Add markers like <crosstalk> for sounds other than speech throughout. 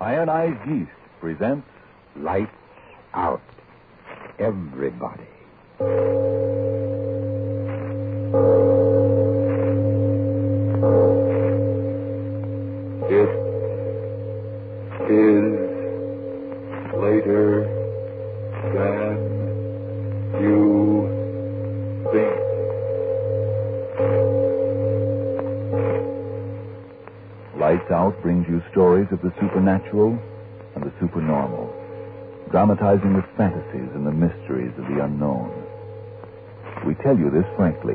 Ironized Yeast presents Lights Out. Everybody. It is later than you think. Lights Out brings you stories of the supernatural and the supernormal, dramatizing the fantasies and the mysteries of the unknown. We tell you this frankly,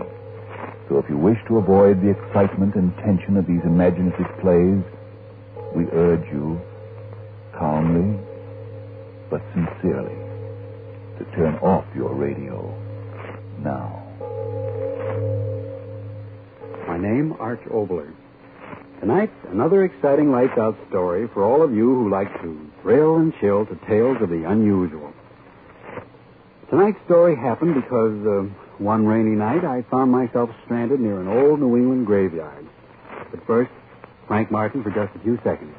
so if you wish to avoid the excitement and tension of these imaginative plays, we urge you, calmly but sincerely, to turn off your radio now. My name, Arch Obler. Tonight's another exciting lights out story for all of you who like to thrill and chill to tales of the unusual. Tonight's story happened because uh, one rainy night I found myself stranded near an old New England graveyard. But first, Frank Martin for just a few seconds.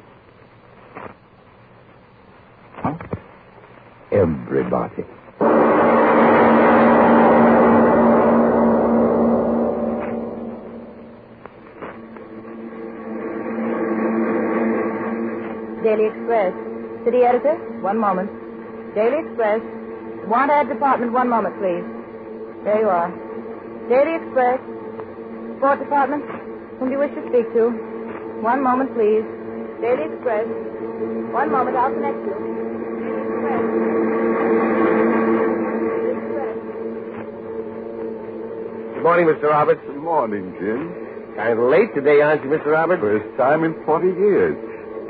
Everybody. Daily Express. City editor, one moment. Daily Express. Want ad department, one moment, please. There you are. Daily Express. Sport department, whom do you wish to speak to? One moment, please. Daily Express. One moment, I'll connect you. Daily Express. Daily Express. Good morning, Mr. Roberts. Good morning, Jim. Kind of late today, aren't you, Mr. Roberts? First time in 40 years.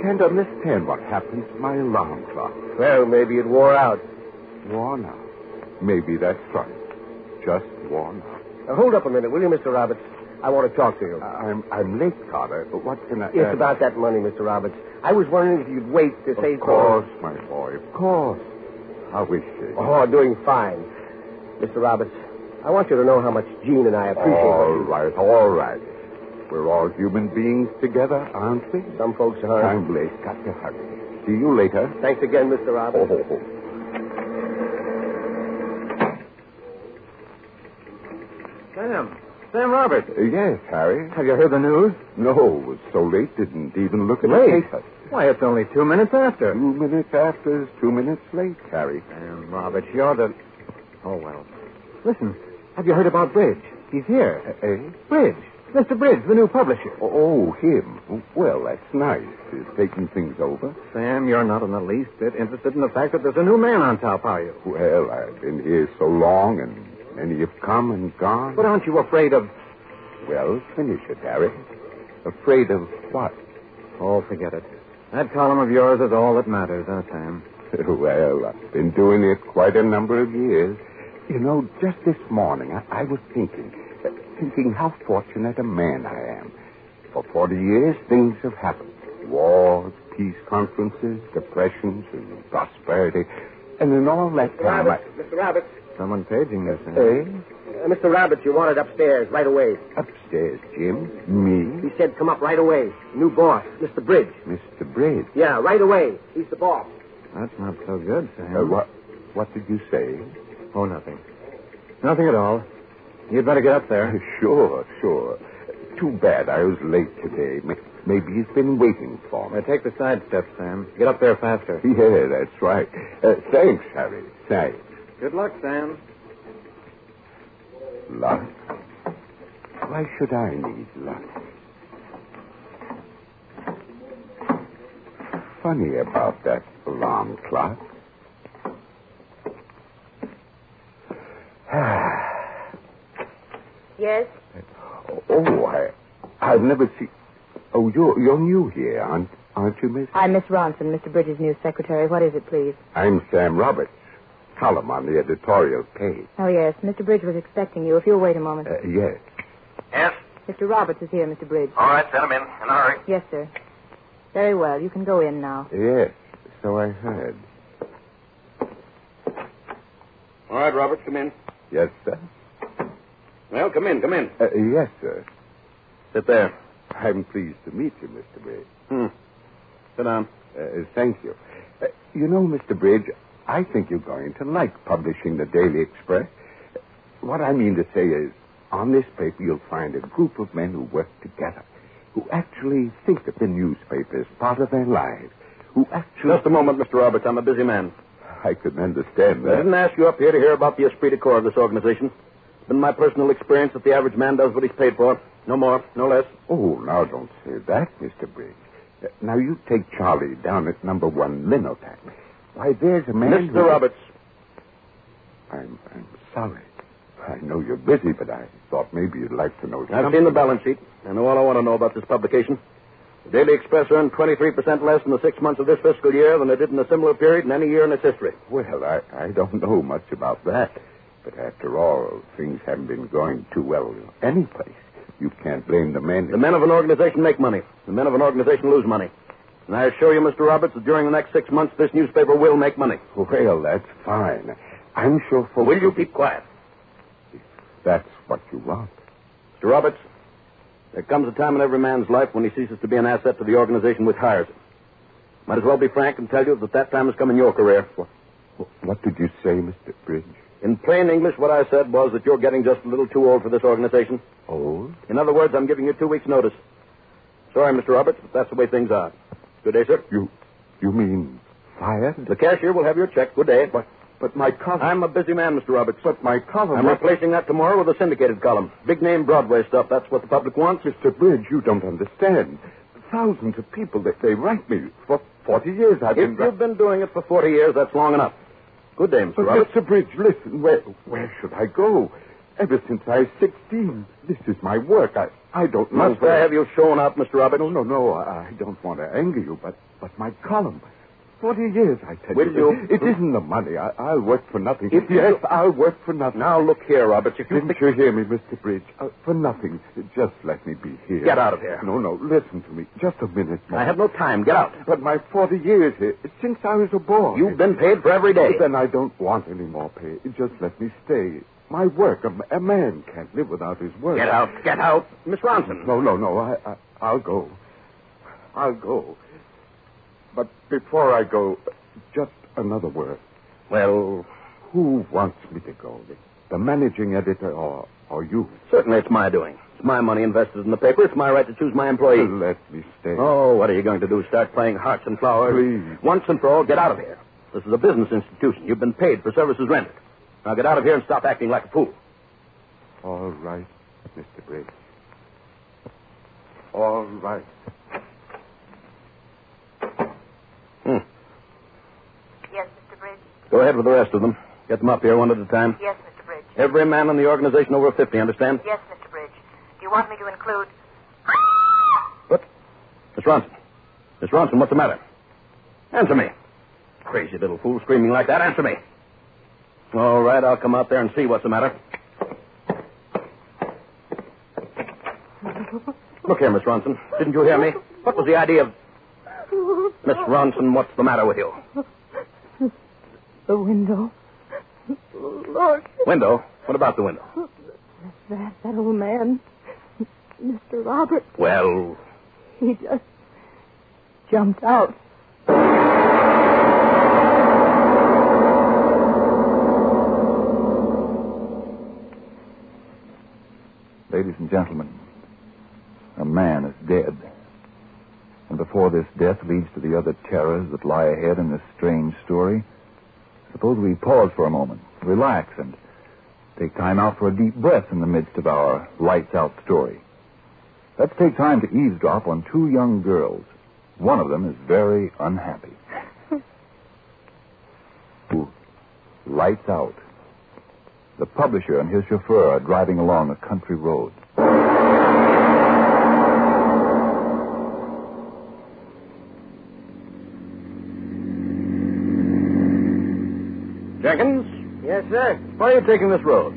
Can't understand what happened to my alarm clock. Well, maybe it wore out. Worn out. Maybe that's right. Just worn out. Now, Uh, hold up a minute, will you, Mr. Roberts? I want to talk to you. Uh, I'm I'm late, Carter. But what can I? it's uh, about that money, Mr. Roberts. I was wondering if you'd wait to Of save course, my boy. Of course. How is she? for... Oh, doing fine. Mr. Roberts, I want you to know how much Gene and I appreciate Oh. what all you right, all right. We're all human beings together, aren't we? Some folks are. I'm late. Got to hurry. See you later. Thanks again, Mr. Roberts. Oh. Sam. Sam Roberts. Uh, Yes, Harry. Have you heard the news? No, was so late <laughs> didn't even look at Late? the paper. Why, it's only two minutes after. Two minutes after is two minutes late, Harry. Sam Roberts, you're the. Oh, well. Listen, have you heard about Bridge? He's here. Uh, Eh? Bridge. Mr. Bridge, the new publisher. Oh, him. Well, that's nice. He's taking things over. Sam, you're not in the least bit interested in the fact that there's a new man on top, are you? Well, I've been here so long, and many have come and gone. But aren't you afraid of. Well, finish it, Harry. Afraid of what? Oh, forget it. That column of yours is all that matters, huh, Sam? Well, I've been doing it quite a number of years. You know, just this morning, I, I was thinking, uh, thinking how fortunate a man I am. For 40 years, things have happened wars, peace conferences, depressions, and prosperity. And in all that Mr. time, I. Roberts, Mr. Roberts, Someone paging you, Sam. Eh? uh, Mr. Roberts, you wanted upstairs right away. Upstairs, Jim. He Me? said, "Come up right away." New boss, Mr. Bridge. Mr. Braid. Yeah, right away. He's the boss. That's not so good, Sam. Uh, what, what did you say? Oh, nothing. Nothing at all. You'd better get up there. <laughs> Sure, sure. Too bad I was late today. May- Maybe he's been waiting for me. Now, take the side step, Sam. Get up there faster. Yeah, that's right. Uh, thanks, Harry. Thanks. Good luck, Sam. Luck? Why should I need luck? Funny about that alarm clock. Yes? Oh, I, I've never seen. Oh, you're you're new here, aren't aren't you, Miss? I'm Miss Ronson, Mr. Bridges' new secretary. What is it, please? I'm Sam Roberts. Column on the editorial page. Oh, yes. Mr. Bridge was expecting you. If you'll wait a moment. Uh, yes. Yes. Mr. Roberts is here, Mr. Bridge. All right, send him in. In a hurry. Yes, sir. Very well. You can go in now. Yes, so I heard. All right, Roberts, come in. Yes, sir. Well, come in, come in. Uh, yes, sir. Sit there. Hmm. I'm pleased to meet you, Mr. Briggs. Sit down. Uh, thank you. Uh, you know, Mr. Bridge, I think you're going to like publishing the Daily Express. What I mean to say is, on this paper you'll find a group of men who work together, who actually think of the newspaper as part of their lives, who actually. Just a moment, Mr. Roberts. I'm a busy man. I couldn't understand I that. didn't ask you up here to hear about the esprit de corps of this organization. It's been my personal experience that the average man does what he's paid for. No more, no less. Oh, now don't say that, Mr. Briggs. Uh, Now you take Charlie down at number one Linotype. Why, there's a man. Mr. who- Roberts, I'm, I'm sorry. I know you're busy, but I thought maybe you'd like to know I've something. seen the balance sheet. I know all I want to know about this publication. The Daily Express earned 23% less in the six months of this fiscal year than it did in a similar period in any year in its history. Well, I, I don't know much about that. But after all, things haven't been going too well any place. You can't blame the men. The men of an organization make money. The men of an organization lose money. And I assure you, Mr. Roberts, that during the next six months, this newspaper will make money. Well, that's fine. I'm sure folks. Will you keep quiet? That's what you want. Mr. Roberts, there comes a time in every man's life when he ceases to be an asset to the organization which hires him. Might as well be frank and tell you that that time has come in your career. Wh- What did you say, Mr. Bridge? In plain English, what I said was that you're getting just a little too old for this organization. Old? In other words, I'm giving you two weeks' notice. Sorry, Mr. Roberts, but that's the way things are. Good day, sir. You, you mean fired? The cashier will have your check. Good day. But, but my cover. I'm a busy man, Mr. Roberts. But my cover. I'm replacing that tomorrow with a syndicated column. Big name Broadway stuff. That's what the public wants. Mr. Bridge, you don't understand. Thousands of people, they, they write me. For 40 years I've been... If you've been doing it for 40 years, that's long enough. Good day, Mr. But Roberts. Mr. Bridge, listen, where, where should I go? Ever since I was 16, this is my work. I, I don't know Must I where... have you shown up, Mr. Roberts? No, no, no, I, I don't want to anger you, but, but my column... 40 years, I tell Will you. you- It isn't the money. I, I'll work for nothing. If you- yes, I'll work for nothing. Now, look here, Roberts. If you Didn't you hear me, Mr. Bridge? Uh, for nothing. Just let me be here. Get out of here. No, no, listen to me. Just a minute more. I have no time. Get out. But my 40 years here, since I was a boy. You've been paid for every day. Then I don't want any more pay. Just let me stay. My work. A, a man can't live without his work. Get out. Get out. Miss Ronson. No, no, no. I, I, I'll go. I'll go. But before I go, just another word. Well, Who wants me to go? The, the managing editor or, or you? <laughs> certainly it's my doing. It's my money invested in the paper. It's my right to choose my employees. Let me stay. Oh, what are you going to do? Start playing hearts and flowers? Please. Once and for all, get out of here. This is a business institution. You've been paid for services rendered. Now get out of here and stop acting like a fool. All right, Mr. Briggs. All right. Yes, Mr. Bridge. Go ahead with the rest of them. Get them up here one at a time. Yes, Mr. Bridge. Every man in the organization over 50, understand? Yes, Mr. Bridge. Do you want me to include? Miss Ronson. Miss Ronson, what's the matter? Answer me. Crazy little fool screaming like that. Answer me. All right, I'll come out there and see what's the matter. Look here, Miss Ronson. Didn't you hear me? What was the idea of. Miss Ronson, what's the matter with you? The window. Lord, Window? What about the window? that, that old man, <laughs> Mr. Robert, Well, he just jumped out. Ladies and gentlemen, a man is dead. And before this death leads to the other terrors that lie ahead in this strange story, suppose we pause for a moment, relax, and take time out for a deep breath in the midst of our lights out story. Let's take time to eavesdrop on two young girls. One of them is very unhappy. Ooh, lights out. The publisher and his chauffeur are driving along a country road. Jenkins, Yes, sir. why are you taking this road?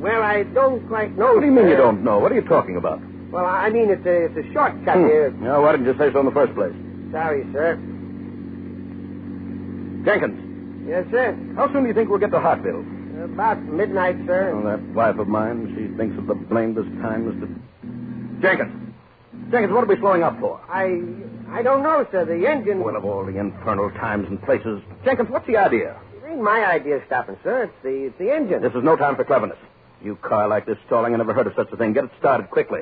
Well, I don't quite know. What do you mean sir. you don't know? What are you talking about? Well, I mean it's a it's a shortcut Hmm. here. Now, why didn't you say so in the first place? Sorry, sir. Jenkins, Yes, sir. how soon do you think we'll get to Hartville? About midnight, sir. Well, that wife of mine, she thinks of the blamedest time as to. Jenkins! Jenkins, what are we slowing up for? I I don't know, sir. The engine. Well, of all the infernal times and places. Jenkins, what's the idea? It ain't my idea of stopping, sir. It's the it's the engine. This is no time for cleverness. You car like this stalling, I never heard of such a thing. Get it started quickly.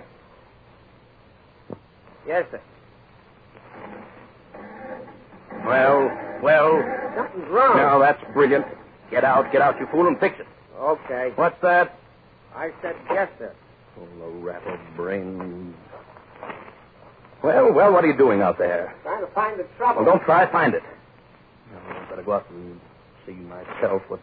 Yes, sir. Well, well. Nothing's wrong. Now, that's brilliant. Get out, get out, you fool, and fix it. Okay. What's that? I said yes, sir. Oh, the rattle brain. Well, well, what are you doing out there? Trying to find the trouble. Well, don't try, find it. No, I better go out and see myself what.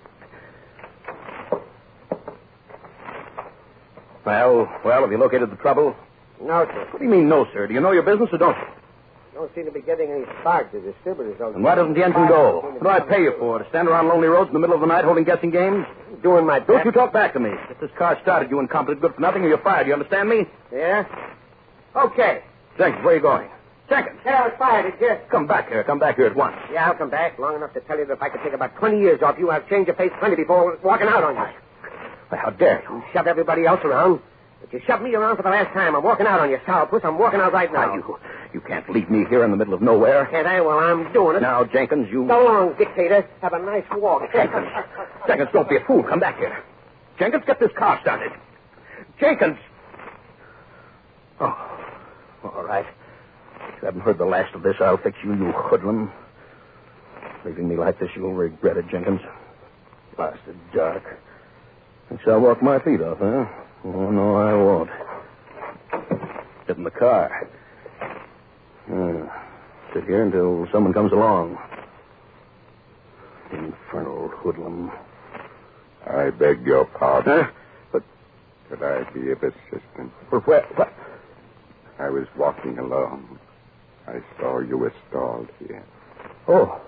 Well, well, have you located the trouble? No, sir. What do you mean, no, sir? Do you know your business or don't you? Don't seem to be getting any spark. The distributors don't. And why doesn't the engine go? What do I pay you for? To stand around lonely roads in the middle of the night holding guessing games? Doing my Don't you talk back to me. If this car started, you incompetent good for nothing, or you're fired. You understand me? Yeah? Okay. Jenkins, where are you going? Jenkins. Yeah, I was fired. It's just. Come back here. Come back here at once. Yeah, I'll come back long enough to tell you that if I could take about 20 years off you, I'll change your face plenty before walking out on you. Well, how dare you? You shove everybody else around. But you shoved me around for the last time. I'm walking out on you, sourpuss. I'm walking out right now. Now, you, you can't leave me here in the middle of nowhere. Can't I? Well, I'm doing it. Now, Jenkins, you. So long, dictator. Have a nice walk. <laughs> Jenkins. Jenkins, don't be a fool. Come back here. Jenkins, get this car started. Jenkins. Oh, all right. If you haven't heard the last of this, I'll fix you, you hoodlum. Leaving me like this, you'll regret it, Jenkins. Blasted dark. Thinks I'll walk my feet off, huh? Oh, no, I won't. Get in the car. Hmm. Sit here until someone comes along. Infernal hoodlum. I beg your pardon. Huh? But- Could I be of assistance? Well, where, what? I was walking along. I saw you were stalled here. Oh.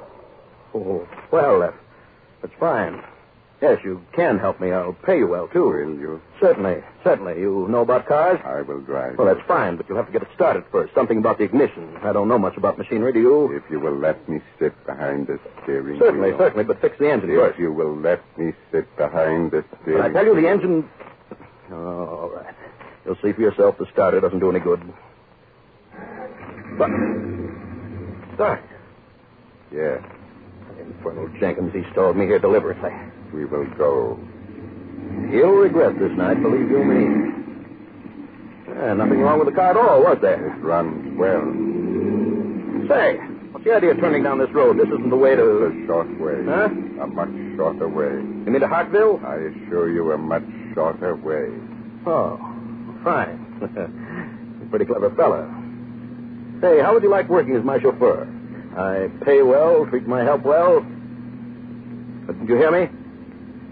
Oh, well, that, that's fine. Yes, you can help me. I'll pay you well, too. Will you? Certainly, certainly. You know about cars? I will drive. Well, that's fine, but you'll have to get it started first. Something about the ignition. I don't know much about machinery, do you? If you will let me sit behind the steering Certainly, wheel. certainly, but fix the engine If first. you will let me sit behind the steering But I tell you, the wheel. engine. Oh, all right. You'll see for yourself. The starter doesn't do any good. But start. Yes, Infernal Jenkins, he stalled me here deliberately. we will go. He'll regret this night, believe you me. Yeah, nothing wrong with the car at all, was there? It runs well. Say, what's the idea of turning down this road? This isn't the way It's to. a short way. Huh? A much shorter way. You mean to Hartville? I assure you, a much shorter way. Oh, fine. <laughs> Pretty clever fella. Say, how would you like working as my chauffeur? I pay well, treat my help well. But did you hear me?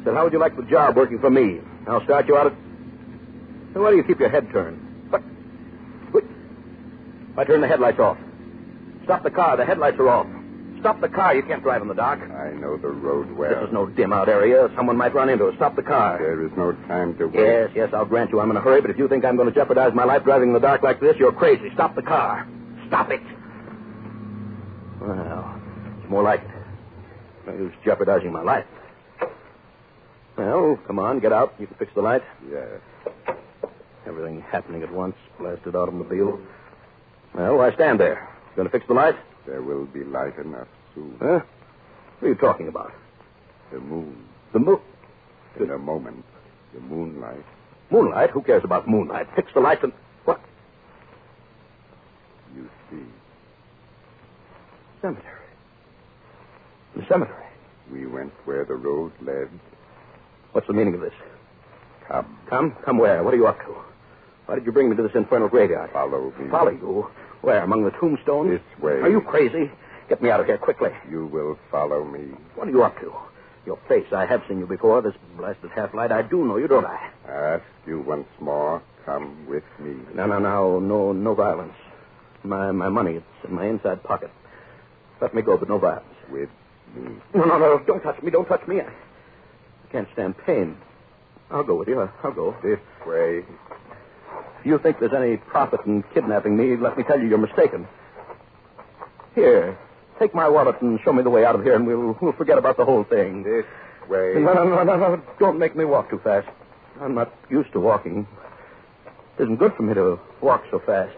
Said, how would you like the job working for me? I'll start you out at. Now, why do you keep your head turned? What? What? I turn the headlights off. Stop the car. The headlights are off. Stop the car. You can't drive in the dark. I know the road well. This is no dim out area. Someone might run into us. Stop the car. There is no time to wait. Yes, yes, I'll grant you I'm in a hurry, but if you think I'm going to jeopardize my life driving in the dark like this, you're crazy. Stop the car. Stop it. Well, it's more like it. No use jeopardizing my life. Well, come on, get out. You can fix the light. Yes. Everything happening at once. Blasted automobile. Well, why stand there? You going to fix the light? There will be light enough soon. Huh? What are you talking about? The moon. The moon. In a moment. The moonlight. Moonlight? Who cares about moonlight? Fix the lights and. What? You see, Cemetery. The cemetery. we went where the road led. What's the meaning of this? Come, Come? Come where? What are you up to? Why did you bring me to this infernal graveyard? follow me. Follow you? Where? Among the tombstones? This way. Are you crazy? Get me out of here quickly. You will follow me. What are you up to? Your face, I have seen you before. This blasted half light, I do know you, don't I? I ask you once more, come with me. No, no, no, no, no violence. My my money, it's in my inside pocket. Let me go, but no violence. With me. No, no, no, don't touch me, don't touch me. I, I can't stand pain. I'll go with you. I- I'll go. This way. If you think there's any profit in kidnapping me, let me tell you you're mistaken. Here, take my wallet and show me the way out of here, and we'll, we'll forget about the whole thing. This way. No, no, no, no, no. Don't make me walk too fast. I'm not used to walking. It isn't good for me to walk so fast.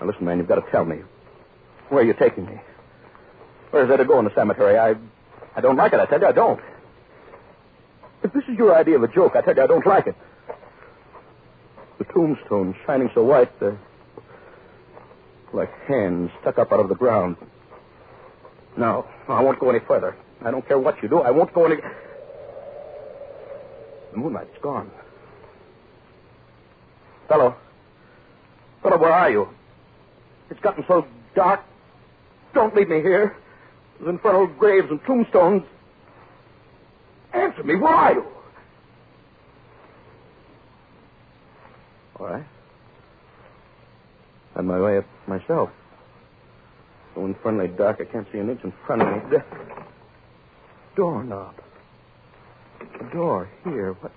Now, listen, man, you've got to tell me. Where are you taking me? Where is there to go in the cemetery? I, I don't like it. I tell you, I don't. If this is your idea of a joke, I tell you, I don't like it. The tombstones shining so white, they're like hands stuck up out of the ground. No, I won't go any further. I don't care what you do. I won't go any. The moonlight's gone. Fellow. Fellow, where are you? It's gotten so dark. Don't leave me here. There's infernal graves and tombstones. Answer me, where are you? All right. On my way up myself. So infernally dark, I can't see an inch in front of me. The doorknob. The door here. What?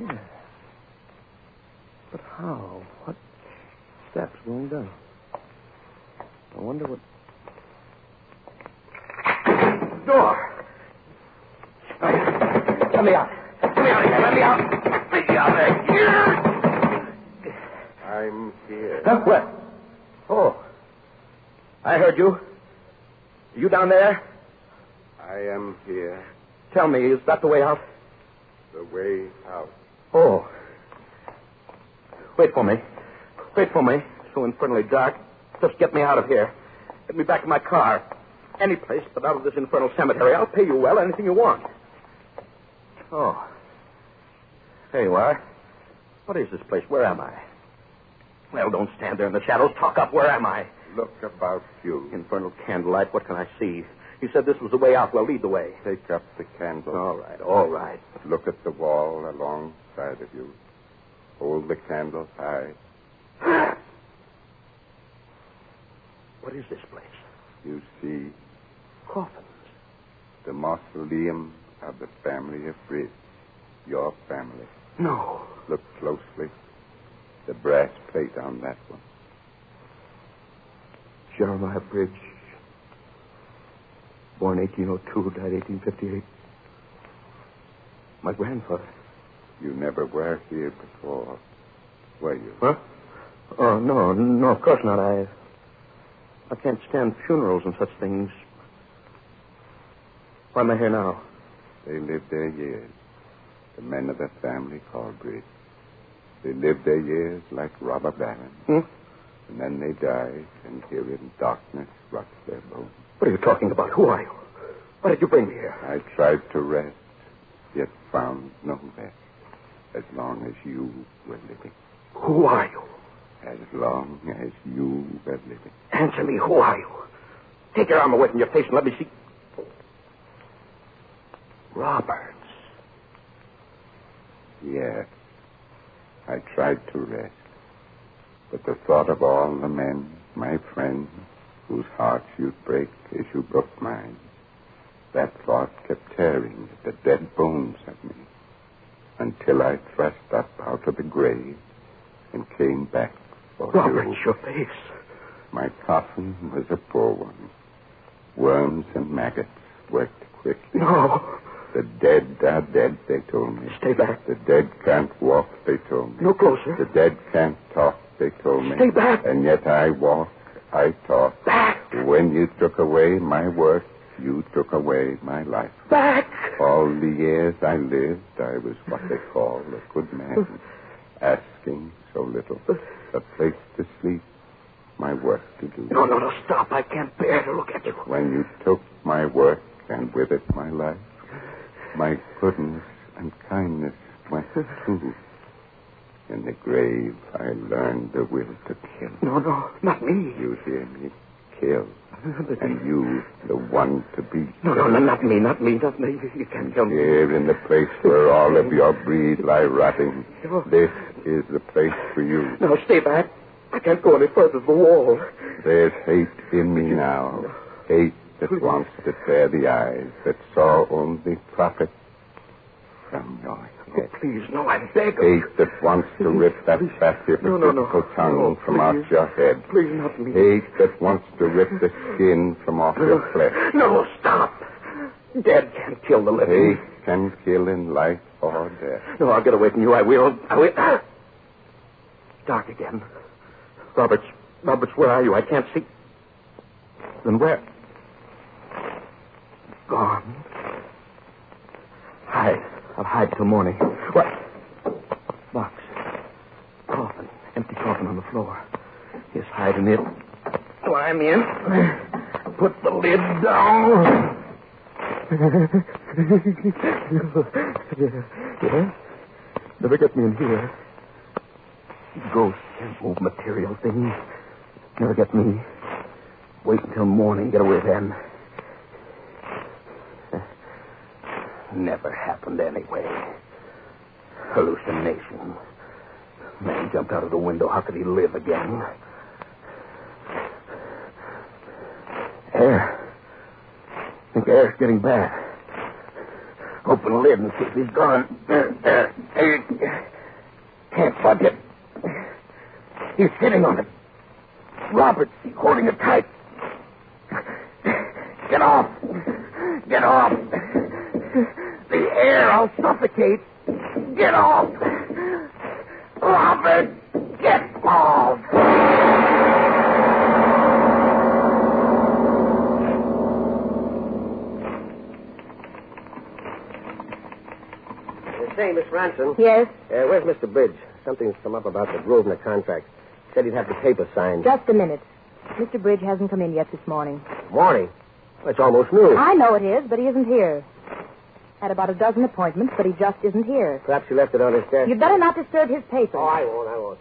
Yeah. But how? What steps going down? I wonder what. Door! Hey, Let me out. Let me out of here. Let me out. Let me out of here. I'm here. Huh? What? Oh. I heard you. You down there? I am here. Tell me, is that the way out? The way out. Oh. Wait for me. Wait for me. It's so infernally dark. Just get me out of here. Get me back to my car. Any place but out of this infernal cemetery. I'll pay you well anything you want. Oh. There you are. What is this place? Where am I? Well, don't stand there in the shadows. Talk up. Where am I? Look about you. Infernal candlelight. What can I see? You said this was the way out. Well, lead the way. Take up the candle. All right, all right. Look at the wall alongside of you. Hold the candle high. what is this place? You see coffins. The mausoleum of the family of Fritz. Your family. No. Look closely. The brass plate on that one. Jeremiah Bridge. Born 1802, died 1858. My grandfather. You never were here before, were you? Huh? Oh, no, no, of course not. I. I can't stand funerals and such things. Why am I here now? They lived their years. The men of the family called Bridge. They lived their years like robber barons. Hmm? And then they died, and here in darkness rots their bones. What are you talking about? Who are you? Why did you bring me here? I tried to rest, yet found no rest. As long as you were living. Who are you? As long as you were living. Answer me, who are you? Take your arm away from your face and let me see. Roberts. Yes. I tried to rest. But the thought of all the men, my friends, whose hearts you'd break as you broke mine, that thought kept tearing at the dead bones of me until I thrust up out of the grave and came back for Robert, you. your face. My coffin was a poor one. Worms and maggots worked quickly. No. The dead are dead, they told me. Stay back. The dead can't walk, they told me. No closer. The dead can't talk, they told me. Stay back. And yet I walk, I talk. Back. When you took away my work, you took away my life. Back. All the years I lived, I was what they call a good man, asking so little. A place to sleep, my work to do. No, no, no, stop. I can't bear to look at you. When you took my work and with it my life, my goodness and kindness went too. In the grave, I learned the will to kill. No, no, not me. You hear me? Kill. And you, the one to be No, no, no, not me, not me, not me. You can't kill me. Here in the place where all of your breed lie rotting. No. This is the place for you. No, stay back. I can't go any further. The wall. There's hate in me now. Hate that wants to tear the eyes that saw only profit from your Oh, head. please, no, I beg of you. Hate that wants to rip that sacrificial No, no, no. tongue No, from out please. your head. Please, not me. Hate that wants to rip the <laughs> skin from off your flesh. No, stop. Dead can't kill the living. Hate can kill in life or death. No, I'll get away from you. I will. I will. Dark again. Roberts, Roberts, where are you? I can't see. Then where? Gone. Hide. I'll hide till morning. What? Box. Coffin. Empty coffin on the floor. Yes, hide in it. When I'm in, put the lid down. yeah, yeah. Never get me in here. Ghosts move material things. Never get me. Wait until morning. Get away then. Never happened anyway. Hallucination. Man jumped out of the window. How could he live again? Air. I think air's getting bad. Open the lid and see if he's gone. There, there. There. Can't budge it. He's sitting on it. Roberts holding it tight. Get off. Get off. The air, I'll suffocate. Get off. Robert, get off. Say, Miss Ransom. Yes? Uh, where's Mr. Bridge? Something's come up about the Grosvenor contract. Said he'd have the paper signed. Just a minute. Mr. Bridge hasn't come in yet this morning. Morning. Well, it's almost noon. I know it is, but he isn't here. Had about a dozen appointments, but he just isn't here. Perhaps you left it on his desk. You'd better not disturb his paper. Oh, I won't, I won't.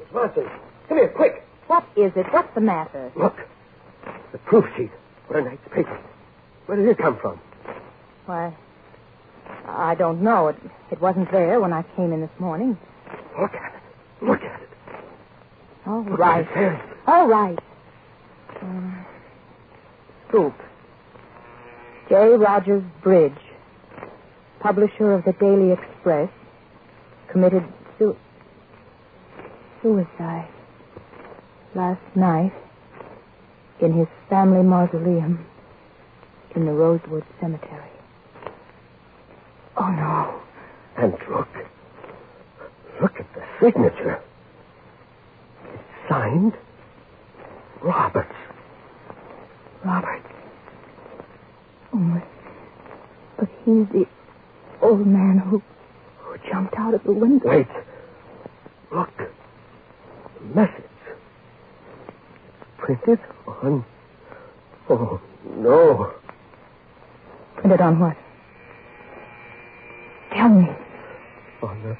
Miss Ransom, come here, quick. What is it? What's the matter? Look. The proof sheet. What a night's paper. Where did it come from? Why, I don't know. It, it wasn't there when I came in this morning. Look at it. Look at it. All Look right. at his hands. All right. Um, scoop. J. Rogers Bridge, publisher of the Daily Express, committed su- suicide last night in his family mausoleum in the Rosewood Cemetery. Oh, no. And look. Look at the signature. It's signed Roberts. Robert. Oh, my. But he's the old man who, who jumped out of the window. Wait. Look. The message. Printed on. Oh, no. Printed on what? Tell me. On the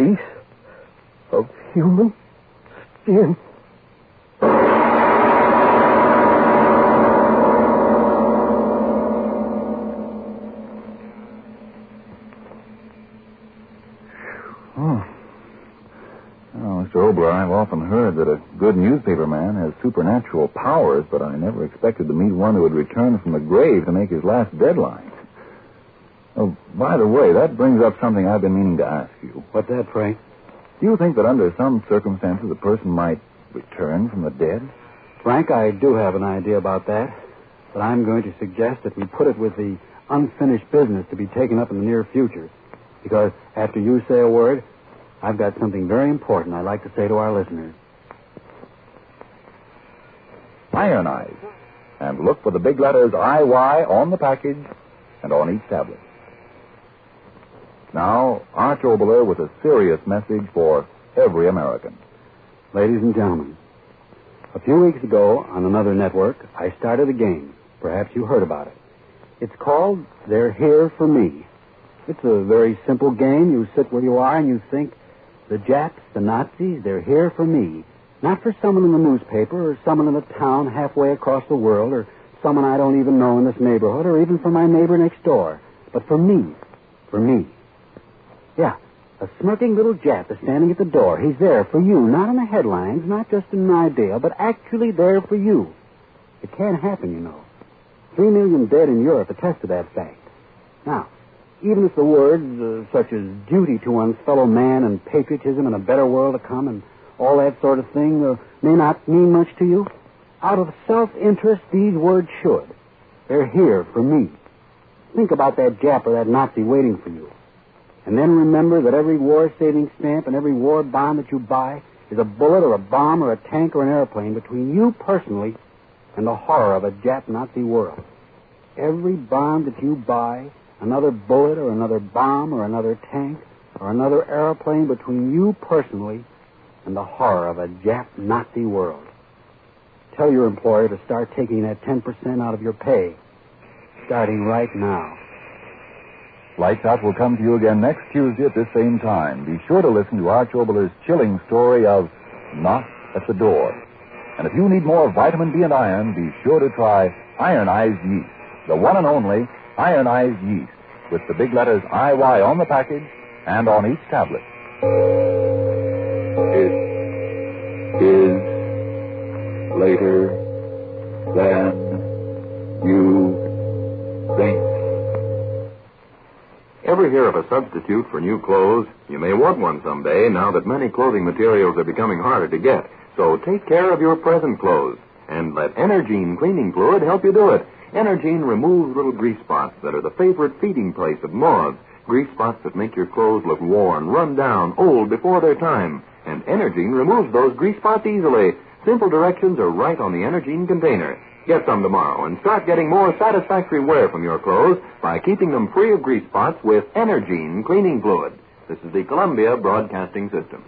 piece of human skin. Oh. Well, Mr. Ober, I've often heard that a good newspaper man has supernatural powers, but I never expected to meet one who had returned from the grave to make his last deadline. Oh, by the way, that brings up something I've been meaning to ask you. What's that, Frank? Do you think that under some circumstances a person might return from the dead? Frank, I do have an idea about that, but I'm going to suggest that we put it with the unfinished business to be taken up in the near future. Because after you say a word, I've got something very important I'd like to say to our listeners. Ionize. And look for the big letters IY on the package and on each tablet. Now, Arch Oberler with a serious message for every American. Ladies and gentlemen, a few weeks ago on another network, I started a game. Perhaps you heard about it. It's called They're Here for Me. It's a very simple game. You sit where you are and you think, the Japs, the Nazis, they're here for me. Not for someone in the newspaper or someone in a town halfway across the world or someone I don't even know in this neighborhood or even for my neighbor next door, but for me. For me. Yeah, a smirking little Jap is standing at the door. He's there for you, not in the headlines, not just in an idea, but actually there for you. It can't happen, you know. Three million dead in Europe attest to that fact. Now, even if the words uh, such as duty to one's fellow man and patriotism and a better world to come and all that sort of thing uh, may not mean much to you, out of self interest, these words should. They're here for me. Think about that Jap or that Nazi waiting for you. And then remember that every war saving stamp and every war bond that you buy is a bullet or a bomb or a tank or an airplane between you personally and the horror of a Jap Nazi world. Every bond that you buy, another bullet or another bomb or another tank or another airplane between you personally and the horror of a Jap Nazi world. Tell your employer to start taking that 10% out of your pay, starting right now. Lights Out will come to you again next Tuesday at this same time. Be sure to listen to Arch Oboler's chilling story of Knock at the Door. And if you need more vitamin B and iron, be sure to try ironized yeast, the one and only ironized yeast, with the big letters IY on the package and on each tablet. It is later than you think. Ever hear of a substitute for new clothes? You may want one someday now that many clothing materials are becoming harder to get. So take care of your present clothes and let Energine cleaning fluid help you do it. Energine removes little grease spots that are the favorite feeding place of moths, grease spots that make your clothes look worn, run down, old before their time. And Energine removes those grease spots easily. Simple directions are right on the Energine container. Get some tomorrow and start getting more satisfactory wear from your clothes by keeping them free of grease spots with Energine cleaning fluid. This is the Columbia Broadcasting System.